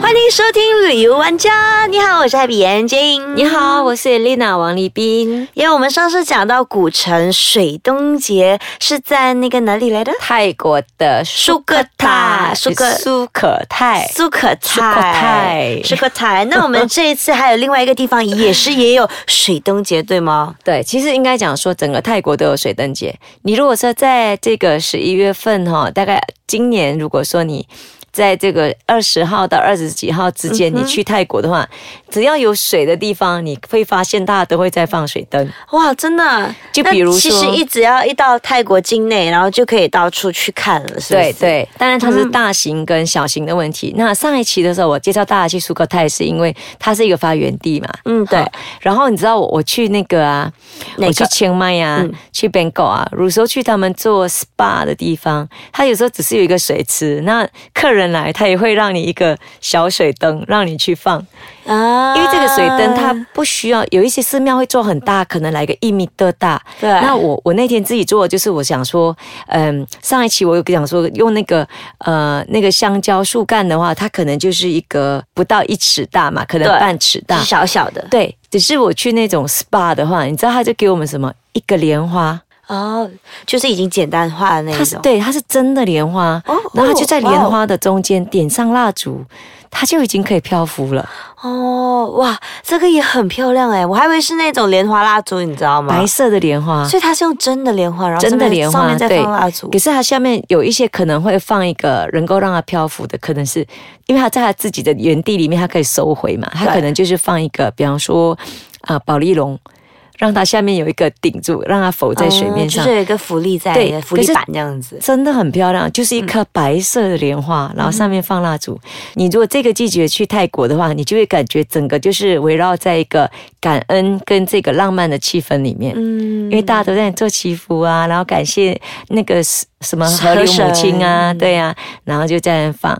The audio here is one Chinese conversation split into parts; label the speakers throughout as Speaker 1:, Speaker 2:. Speaker 1: 欢迎收听《旅游玩家》，你好，我是艾比眼镜。
Speaker 2: 你好，我是 Elena 王立斌，
Speaker 1: 因为我们上次讲到古城水东节是在那个哪里来的？
Speaker 2: 泰国的
Speaker 1: 苏克泰
Speaker 2: 苏
Speaker 1: 苏克
Speaker 2: 克苏可泰，
Speaker 1: 苏可
Speaker 2: 苏可
Speaker 1: 泰
Speaker 2: 泰，
Speaker 1: 苏可泰。 那我们这一次还有另外一个地方也是也有水东节，对 吗？
Speaker 2: 对，其实应该讲说整个泰国都有水灯节。你如果说在这个十一月份哈、大概今年如果说你。在这个二十号到二十几号之间，你去泰国的话，只要有水的地方，你会发现大家都会在放水灯。
Speaker 1: 哇，真的！
Speaker 2: 就比如
Speaker 1: 那其实
Speaker 2: 说
Speaker 1: 一只要一到泰国境内，然后就可以到处去看了，是不是？
Speaker 2: 对。对，嗯当然它是大型跟小型的问题。那上一期的时候，我介绍大家去苏克泰，是因为它是一个发源地嘛。
Speaker 1: 嗯对
Speaker 2: 好。然后你知道我我去那个啊，
Speaker 1: 哪个嗯
Speaker 2: 我去清迈啊，去 Bangkok 啊，有时候去他们做 SPA 的地方，它有时候只是有一个水池，那客人来，他也会让你一个小水灯让你去放，
Speaker 1: 啊
Speaker 2: 因为这个水灯它不需要，有一些寺庙会做很大，可能来个一米多大。
Speaker 1: 对
Speaker 2: 那我我那天自己做，就是我想说，嗯，上一期我有讲说用那个呃那个香蕉树干的话，它可能就是一个不到一尺大嘛，可能
Speaker 1: 对
Speaker 2: 半尺大
Speaker 1: 是。小小的
Speaker 2: 对，只是我去那种 SPA 的话，你知道他就给我们什么一个莲花，
Speaker 1: 哦，就是已经简单化的那一
Speaker 2: 它
Speaker 1: 种。
Speaker 2: 是对，它是真的莲花，
Speaker 1: 哦
Speaker 2: 然后它就在
Speaker 1: 哇哦
Speaker 2: 莲花的中间点上蜡烛，它就已经可以漂浮了。
Speaker 1: 哦，哇，这个也很漂亮哎，我还以为是那种莲花蜡烛，你知道吗
Speaker 2: 白？色的莲花，
Speaker 1: 所以它是用真的莲花，然后
Speaker 2: 真的
Speaker 1: 上面
Speaker 2: 莲
Speaker 1: 上
Speaker 2: 花
Speaker 1: 面再
Speaker 2: 对
Speaker 1: 放蜡烛
Speaker 2: 可。是它下面有一些可能会放一个能够让它漂浮的，可能是因为它在它自己的原地里面，它可以收回嘛，它
Speaker 1: 对
Speaker 2: 可能就是放一个，比方说啊、呃保利龙，让它下面有一个顶住，让它浮在水面上。
Speaker 1: 嗯就是有一个浮力在
Speaker 2: 对
Speaker 1: 浮力
Speaker 2: 可是
Speaker 1: 板这样子。嗯
Speaker 2: 真的很漂亮，就是一颗白色的莲花，然后上面放蜡烛。你如果这个季节去泰国的话，你就会感觉整个就是围绕在一个感恩跟这个浪漫的气氛里面。
Speaker 1: 嗯
Speaker 2: 因为大家都在做祈福啊，然后感谢那个什什么河流母亲啊，
Speaker 1: 神
Speaker 2: 对呀、啊，然后就在那放。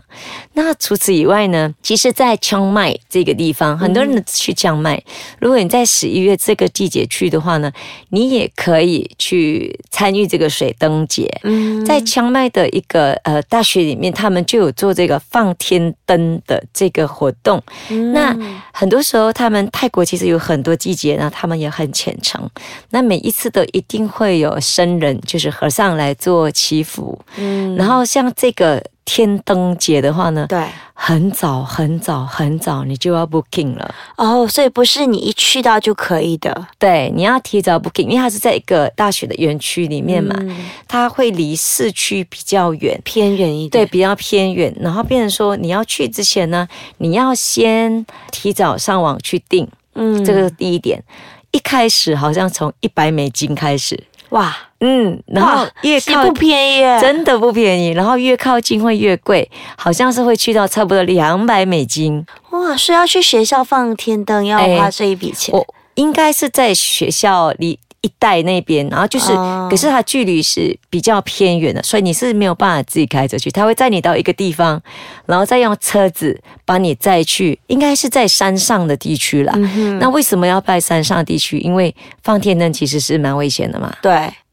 Speaker 2: 那除此以外呢，其实，在清迈这个地方，很多人去清迈。如果你在十一月这个季节去的话呢，你也可以去参与这个水灯节。
Speaker 1: 嗯
Speaker 2: 在清迈的一个呃大学里面，他们就有做这个放天灯的这个活动。
Speaker 1: 嗯
Speaker 2: 那很多时候，他们泰国其实有很多季节呢，他们也很虔诚。那每一次都一定会有僧人，就是和尚来做祈福。
Speaker 1: 嗯
Speaker 2: 然后像这个天灯节的话呢，
Speaker 1: 对
Speaker 2: 很早很早很早你就要 booking 了。
Speaker 1: 哦，所以不是你一去到就可以的。
Speaker 2: 对，你要提早 booking，因为它是在一个大学的园区里面
Speaker 1: 嗯
Speaker 2: 嘛，它会离市区比较远。
Speaker 1: 偏远一
Speaker 2: 对，
Speaker 1: 点。
Speaker 2: 比较偏远，然后变成说你要去之前呢，你要先提早上网去订，
Speaker 1: 嗯
Speaker 2: 这个是第一点。一开始好像从一百美金开始，
Speaker 1: 哇，
Speaker 2: 嗯，然后
Speaker 1: 哇
Speaker 2: 越
Speaker 1: 其实
Speaker 2: 靠
Speaker 1: 不便宜耶，
Speaker 2: 真的不便宜，然后越靠近会越贵，好像是会去到差不多两百美金。
Speaker 1: 哇，所以要去学校放天灯要
Speaker 2: 哎
Speaker 1: 花这一笔钱。
Speaker 2: 我应该是在学校里一带那边，然后就是，
Speaker 1: 哦
Speaker 2: 可是它距离是比较偏远的，所以你是没有办法自己开车去，它会载你到一个地方，然后再用车子把你载去，应该是在山上的地区啦。那为什么要拜山上地区？因为放天灯其实是蛮危险的嘛。
Speaker 1: 对，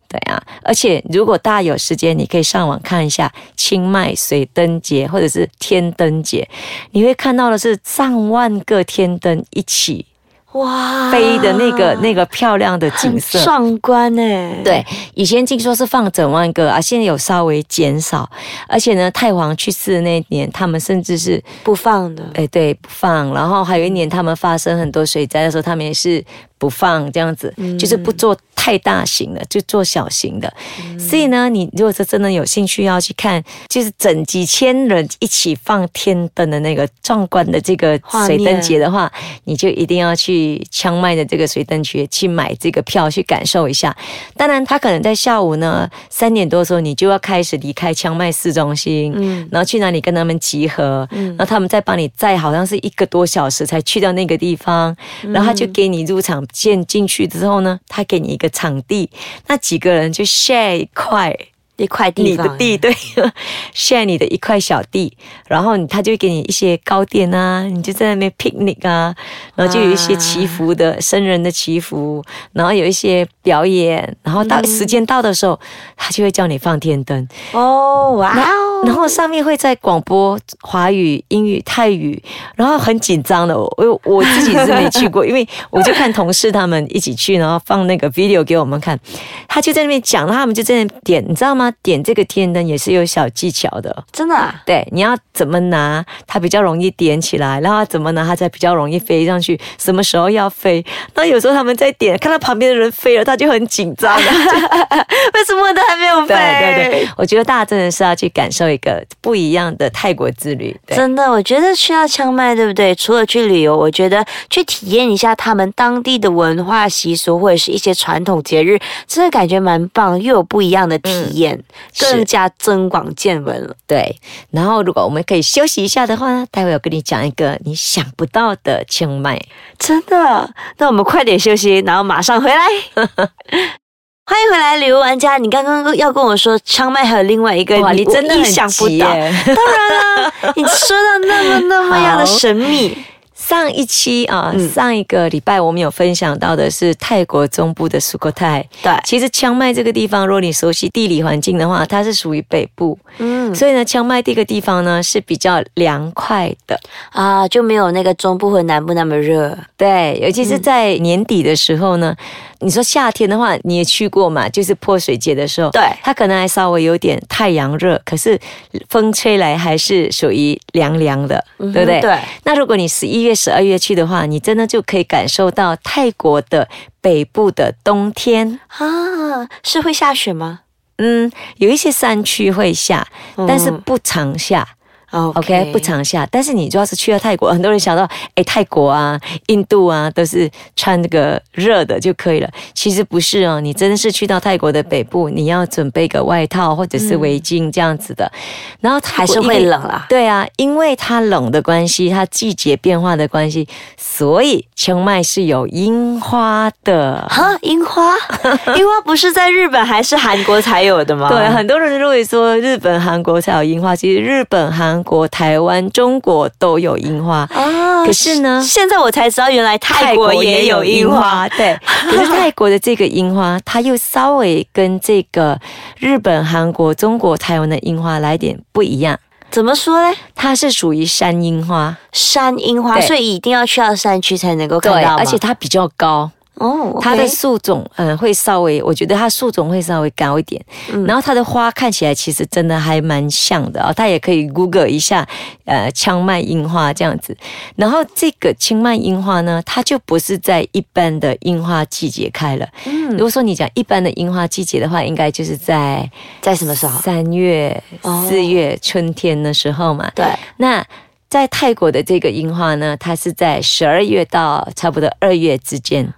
Speaker 2: 对啊，而且如果大家有时间，你可以上网看一下清迈水灯节或者是天灯节，你会看到的是上万个天灯一起
Speaker 1: 哇，
Speaker 2: 飞的那个、那个漂亮的景
Speaker 1: 很
Speaker 2: 色。
Speaker 1: 壮观哎。
Speaker 2: 对，以前听说是放整万个啊，现在有稍微减少，而且呢，太皇去世的那一年，他们甚至是
Speaker 1: 不放的。
Speaker 2: 哎对不放，然后还有一年他们发生很多水灾的时候，他们也是不放这样子，就是不做太大型的，就做小型的。所以呢，你如果是真的有兴趣要去看，就是整几千人一起放天灯的那个壮观的这个
Speaker 1: 画面
Speaker 2: 水灯节的话，你就一定要去枪麦的这个水灯节去买这个票去感受一下。当然，他可能在下午呢三点多的时候，你就要开始离开枪麦市中心，嗯，然后去哪里跟他们集合，嗯，然后他们再帮你载，好像是一个多小时才去到那个地方，然后他就给你入场券进去之后呢，他给你一个场地，那几个人就 share 一块。
Speaker 1: 一块地
Speaker 2: 你
Speaker 1: 方嗯
Speaker 2: 的地，对 ，share 你的一块小地，然后你他就会给你一些糕点啊，你就在那边 picnic 啊，然后就有一些祈福的、僧人的祈福，
Speaker 1: 啊
Speaker 2: 然后有一些表演，然后到、
Speaker 1: 嗯
Speaker 2: 时间到的时候，他就会叫你放天灯，
Speaker 1: 哦，哇
Speaker 2: 然
Speaker 1: 哦，
Speaker 2: 然后上面会在广播华语、英语、泰语，然后很紧张的，我我我自己是没去过，因为我就看同事他们一起去，然后放那个 video 给我们看，他就在那边讲，然后他们就在那边点，你知道吗？点这个天灯也是有小技巧的。
Speaker 1: 真的啊
Speaker 2: 对，你要怎么拿它比较容易点起来，然后怎么拿它才比较容易飞上去？什么时候要飞？那有时候他们在点，看到旁边的人飞了，他就很紧张。
Speaker 1: 为什么我都还没有飞？
Speaker 2: 对对对，我觉得大家真的是要去感受一个不一样的泰国之旅。对
Speaker 1: 真的，我觉得去到清迈，对不对？除了去旅游，我觉得去体验一下他们当地的文化习俗或者是一些传统节日，真的感觉蛮棒，又有不一样的体验，
Speaker 2: 是
Speaker 1: 更加增广见闻了。
Speaker 2: 对，然后如果我们可以休息一下的话呢，待会我跟你讲一个你想不到的清迈。
Speaker 1: 真的，那我们快点休息，然后马上回来。 欢迎回来，旅游玩家。你刚刚要跟我说，清迈还有另外一个
Speaker 2: 哇，你真的
Speaker 1: 我
Speaker 2: 很
Speaker 1: 意想不
Speaker 2: 急
Speaker 1: 到。
Speaker 2: 耶
Speaker 1: 当然啦，你说到那么那么样的神秘，
Speaker 2: 上一期啊，上一个礼拜我们有分享到的是泰国中部的苏克泰。
Speaker 1: 对，
Speaker 2: 其实清迈这个地方，如果你熟悉地理环境的话，它是属于北部，
Speaker 1: 嗯
Speaker 2: 所以呢，清迈这个地方呢是比较凉快的。
Speaker 1: 啊，就没有那个中部和南部那么热。
Speaker 2: 对，尤其是在年底的时候呢，你说夏天的话，你也去过嘛，就是泼水节的时候，
Speaker 1: 对
Speaker 2: 它可能还稍微有点太阳热，可是风吹来还是属于凉凉的，对不对？
Speaker 1: 嗯对，
Speaker 2: 那如果你十一月、十二月去的话，你真的就可以感受到泰国的北部的冬天。
Speaker 1: 啊，是会下雪吗？
Speaker 2: 嗯，有一些山区会下，但是不常下。
Speaker 1: 哦
Speaker 2: OK，不常下，但是你就要是去了泰国，很多人想到，哎，泰国啊、印度啊，都是穿这个热的就可以了。其实不是哦，你真的是去到泰国的北部，你要准备个外套或者是围巾这样子的，然后
Speaker 1: 嗯
Speaker 2: 泰
Speaker 1: 还
Speaker 2: 国
Speaker 1: 是会
Speaker 2: 因为。
Speaker 1: 冷啦。
Speaker 2: 对啊，因为它冷的关系，它季节变化的关系，所以清迈是有樱花的。
Speaker 1: 哈，樱 花，樱花不是在日本还是韩国才有的吗？
Speaker 2: 对，很多人都会说日本、韩国才有樱花，其实日本、韩国、台湾、中国都有樱花。
Speaker 1: 啊
Speaker 2: 可是呢
Speaker 1: 现在我才知道原来泰国也有樱花，，
Speaker 2: 对。可是泰国的这个樱花，它又稍微跟这个日本、韩国、中国、台湾的樱花来点不一样，
Speaker 1: 怎么说呢？
Speaker 2: 它是属于山樱花，
Speaker 1: 山樱花，
Speaker 2: 对
Speaker 1: 所以一定要去到山区才能够看到吗，
Speaker 2: 而且它比较高，
Speaker 1: 哦，
Speaker 2: 它的
Speaker 1: OK
Speaker 2: 树种嗯、呃会稍微，我觉得它树种会稍微高一点，
Speaker 1: 嗯
Speaker 2: 然后它的花看起来其实真的还蛮像的哦，大家也可以 Google 一下，呃，清迈樱花这样子。然后这个清迈樱花呢，它就不是在一般的樱花季节开了。
Speaker 1: 嗯
Speaker 2: 如果说你讲一般的樱花季节的话，应该就是在
Speaker 1: 在什么时候？
Speaker 2: 三月、
Speaker 1: 哦
Speaker 2: 四月、春天的时候嘛。
Speaker 1: 对，
Speaker 2: 那在泰国的这个樱花呢，它是在十二月到差不多二月之间。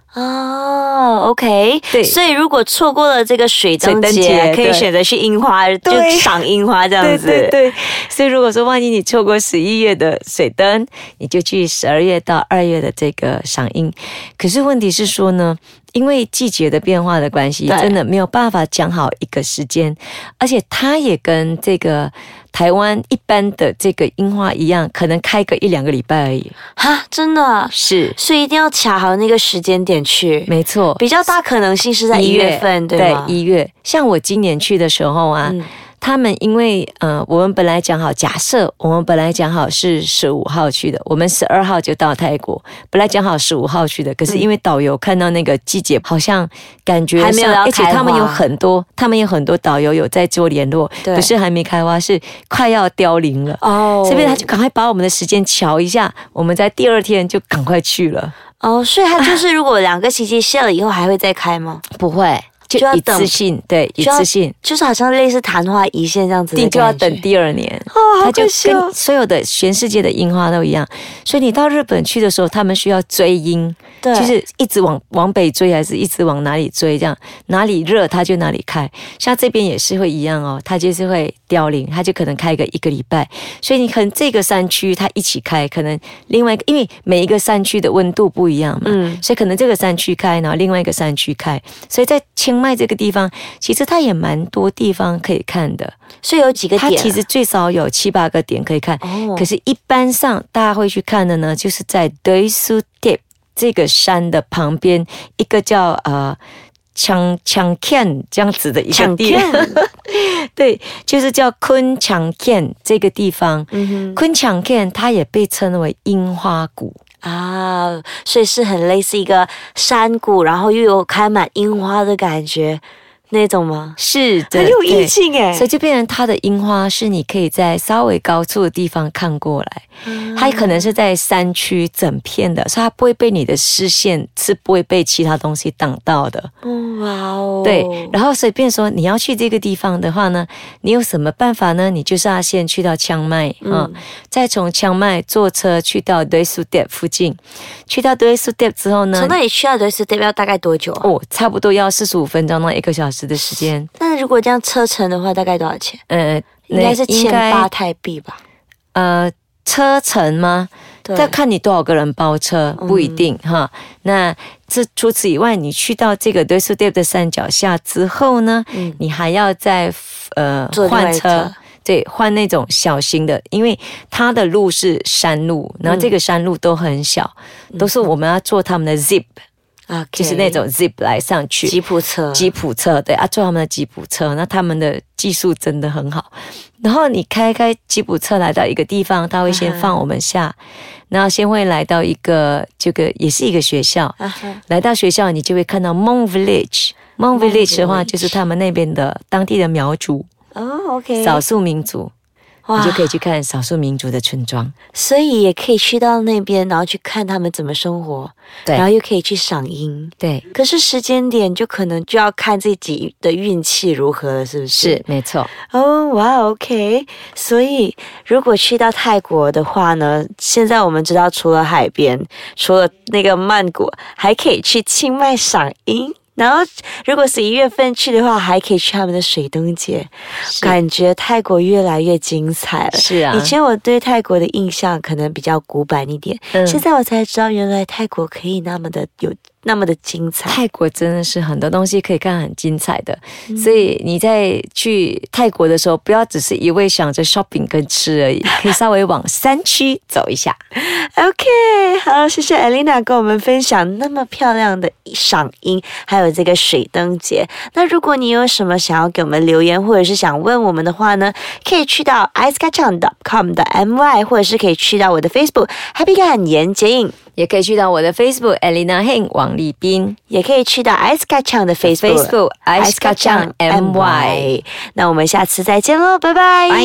Speaker 1: 哦，OK，
Speaker 2: 对
Speaker 1: 所以如果错过了这个水灯节，
Speaker 2: 水灯节
Speaker 1: 可以
Speaker 2: 对
Speaker 1: 选择去樱花，就
Speaker 2: 对
Speaker 1: 赏樱花这样子。
Speaker 2: 对对对，所以如果说万一你错过十一月的水灯，你就去十二月到二月的这个赏樱。可是问题是说呢，因为季节的变化的关系，
Speaker 1: 对
Speaker 2: 真的没有办法讲好一个时间，而且它也跟这个台湾一般的这个樱花一样，可能开个一两个礼拜而已。
Speaker 1: 哈，真的啊，
Speaker 2: 是，
Speaker 1: 所以一定要卡好那个时间点去，
Speaker 2: 没错。
Speaker 1: 比较大可能性是在一月份，对吗？
Speaker 2: 一月。像我今年去的时候啊，
Speaker 1: 嗯
Speaker 2: 他们因为呃，我们本来讲好，假设我们本来讲好是十五号去的，我们十二号就到泰国，本来讲好十五号去的，可是因为导游看到那个季节，好像感觉
Speaker 1: 还没有
Speaker 2: 上
Speaker 1: 要
Speaker 2: 而且
Speaker 1: 开
Speaker 2: 他们
Speaker 1: 花
Speaker 2: 有很多，他们有很多导游有在做联络，
Speaker 1: 对
Speaker 2: 不是还没开花，是快要凋零了。
Speaker 1: 哦
Speaker 2: 这边他就赶快把我们的时间瞧一下，我们在第二天就赶快去了。
Speaker 1: 哦，所以它就是如果两个星期谢了以后还会再开 吗？
Speaker 2: 不会，就
Speaker 1: 就要
Speaker 2: 一
Speaker 1: 等
Speaker 2: 次性，对，一
Speaker 1: 就要
Speaker 2: 次性。
Speaker 1: 就是好像类似昙花一现这样子的
Speaker 2: 你
Speaker 1: 感觉，
Speaker 2: 就要等第二年，
Speaker 1: 哦，
Speaker 2: 它
Speaker 1: 好
Speaker 2: 就
Speaker 1: 可惜哦
Speaker 2: 跟。所有的全世界的樱花都一样。所以你到日本去的时候，他们需要追樱，
Speaker 1: 对，
Speaker 2: 就是一直往往北追，还是一直往哪里追？这样哪里热它就哪里开。像这边也是会一样哦，它就是会凋零，它就可能开个一个礼拜。所以你可能这个山区它一起开，可能另外一个，因为每一个山区的温度不一样嘛，
Speaker 1: 嗯
Speaker 2: 所以可能这个山区开，然后另外一个山区开。所以在清清迈这个地方，其实它也蛮多地方可以看的。
Speaker 1: 所以有几个
Speaker 2: 它
Speaker 1: 点啊、
Speaker 2: 其实最少有七八个点可以看，
Speaker 1: 哦
Speaker 2: 可是，一般上大家会去看的呢，就是在 d e s u t e p 这个山的旁边，一个叫呃。强强健这样子的一个地
Speaker 1: 强，
Speaker 2: 对，就是叫昆强健这个地方。
Speaker 1: 嗯
Speaker 2: 昆强健它也被称为樱花谷，
Speaker 1: 哼啊，所以是很类似一个山谷，然后又有开满樱花的感觉那种吗？
Speaker 2: 是的，
Speaker 3: 很有意
Speaker 2: 对
Speaker 3: 境哎、
Speaker 2: 所以就变成它的樱花是你可以在稍微高处的地方看过来，
Speaker 1: 嗯
Speaker 2: 它可能是在山区整片的，所以它不会被你的视线是不会被其他东西挡到的。
Speaker 1: 哦哇哦，
Speaker 2: 对，然后随便说你要去这个地方的话呢，你有什么办法呢？你就是要先去到枪麦
Speaker 1: 嗯
Speaker 2: 啊，再从枪麦坐车去到 d e s u d e 附近，去到 d e s u d e 之后呢
Speaker 1: 从。那里去到德斯代表大概多久、啊？
Speaker 2: 哦，差不多要四十五分钟到一个小时的时间，
Speaker 1: 那如果这样车程的话，大概多少钱？
Speaker 2: 呃，
Speaker 1: 应该是千
Speaker 2: 应该
Speaker 1: 八泰币吧？
Speaker 2: 呃车程吗？
Speaker 1: 对嗯
Speaker 2: 再看你多少个人包车，不一定、哈。那这除此以外，你去到这个 d e s u d e 的山脚下之后呢，你还要再呃
Speaker 1: 嗯坐另外
Speaker 2: 换
Speaker 1: 一
Speaker 2: 车
Speaker 1: 车。
Speaker 2: 对，换那种小型的，因为它的路是山路，
Speaker 1: 嗯
Speaker 2: 然后这个山路都很小，都是我们要坐他们的 zip，、
Speaker 1: 啊，
Speaker 2: 就是那种 zip 来上去。
Speaker 1: 吉普车，
Speaker 2: 吉普车，对啊，坐他们的吉普车，那他们的技术真的很好。然后你开开吉普车来到一个地方，他会先放我们下，然后先会来到一个这个也是一个学校，
Speaker 1: 啊哈
Speaker 2: 来到学校你就会看到 Mon Village。Mon Village 的话，
Speaker 1: Village
Speaker 2: 就是他们那边的当地的苗族
Speaker 1: 哦，OK，
Speaker 2: 少数民族，你
Speaker 1: 哇
Speaker 2: 就可以去看少数民族的村庄。
Speaker 1: 所以也可以去到那边，然后去看他们怎么生活，
Speaker 2: 对
Speaker 1: 然后又可以去赏樱。
Speaker 2: 对，
Speaker 1: 可是时间点就可能就要看自己的运气如何了，是不是？
Speaker 2: 是没错。
Speaker 1: 哦，哇，OK。所以如果去到泰国的话呢，现在我们知道除了海边，除了那个曼谷，还可以去清迈赏樱。然后，如果十一月份去的话，还可以去他们的水灯节，感觉泰国越来越精彩了。
Speaker 2: 是啊
Speaker 1: 呃以前我对泰国的印象可能比较古板一点，
Speaker 2: 嗯
Speaker 1: 现在我才知道原来泰国可以那么的有那么的精彩。
Speaker 2: 泰国真的是很多东西可以看很精彩的，所以你在去泰国的时候，不要只是一味想着 shopping 跟吃而已，可以稍微往山区走一下。
Speaker 1: OK，好，谢谢 Elena 跟我们分享那么漂亮的赏樱，还有这个水灯节。那如果你有什么想要给我们留言，或者是想问我们的话呢，可以去到 icekacang.com 的 my，或者是可以去到我的 Facebook Happy 感言剪影，
Speaker 2: 也可以去到我的 Facebook Elena Heng 王立斌
Speaker 1: 也可以去到 icekacang 的 Facebook。
Speaker 2: Facebook Ice Kacang MY。
Speaker 1: 那我们下次再见喽，拜拜。
Speaker 2: 拜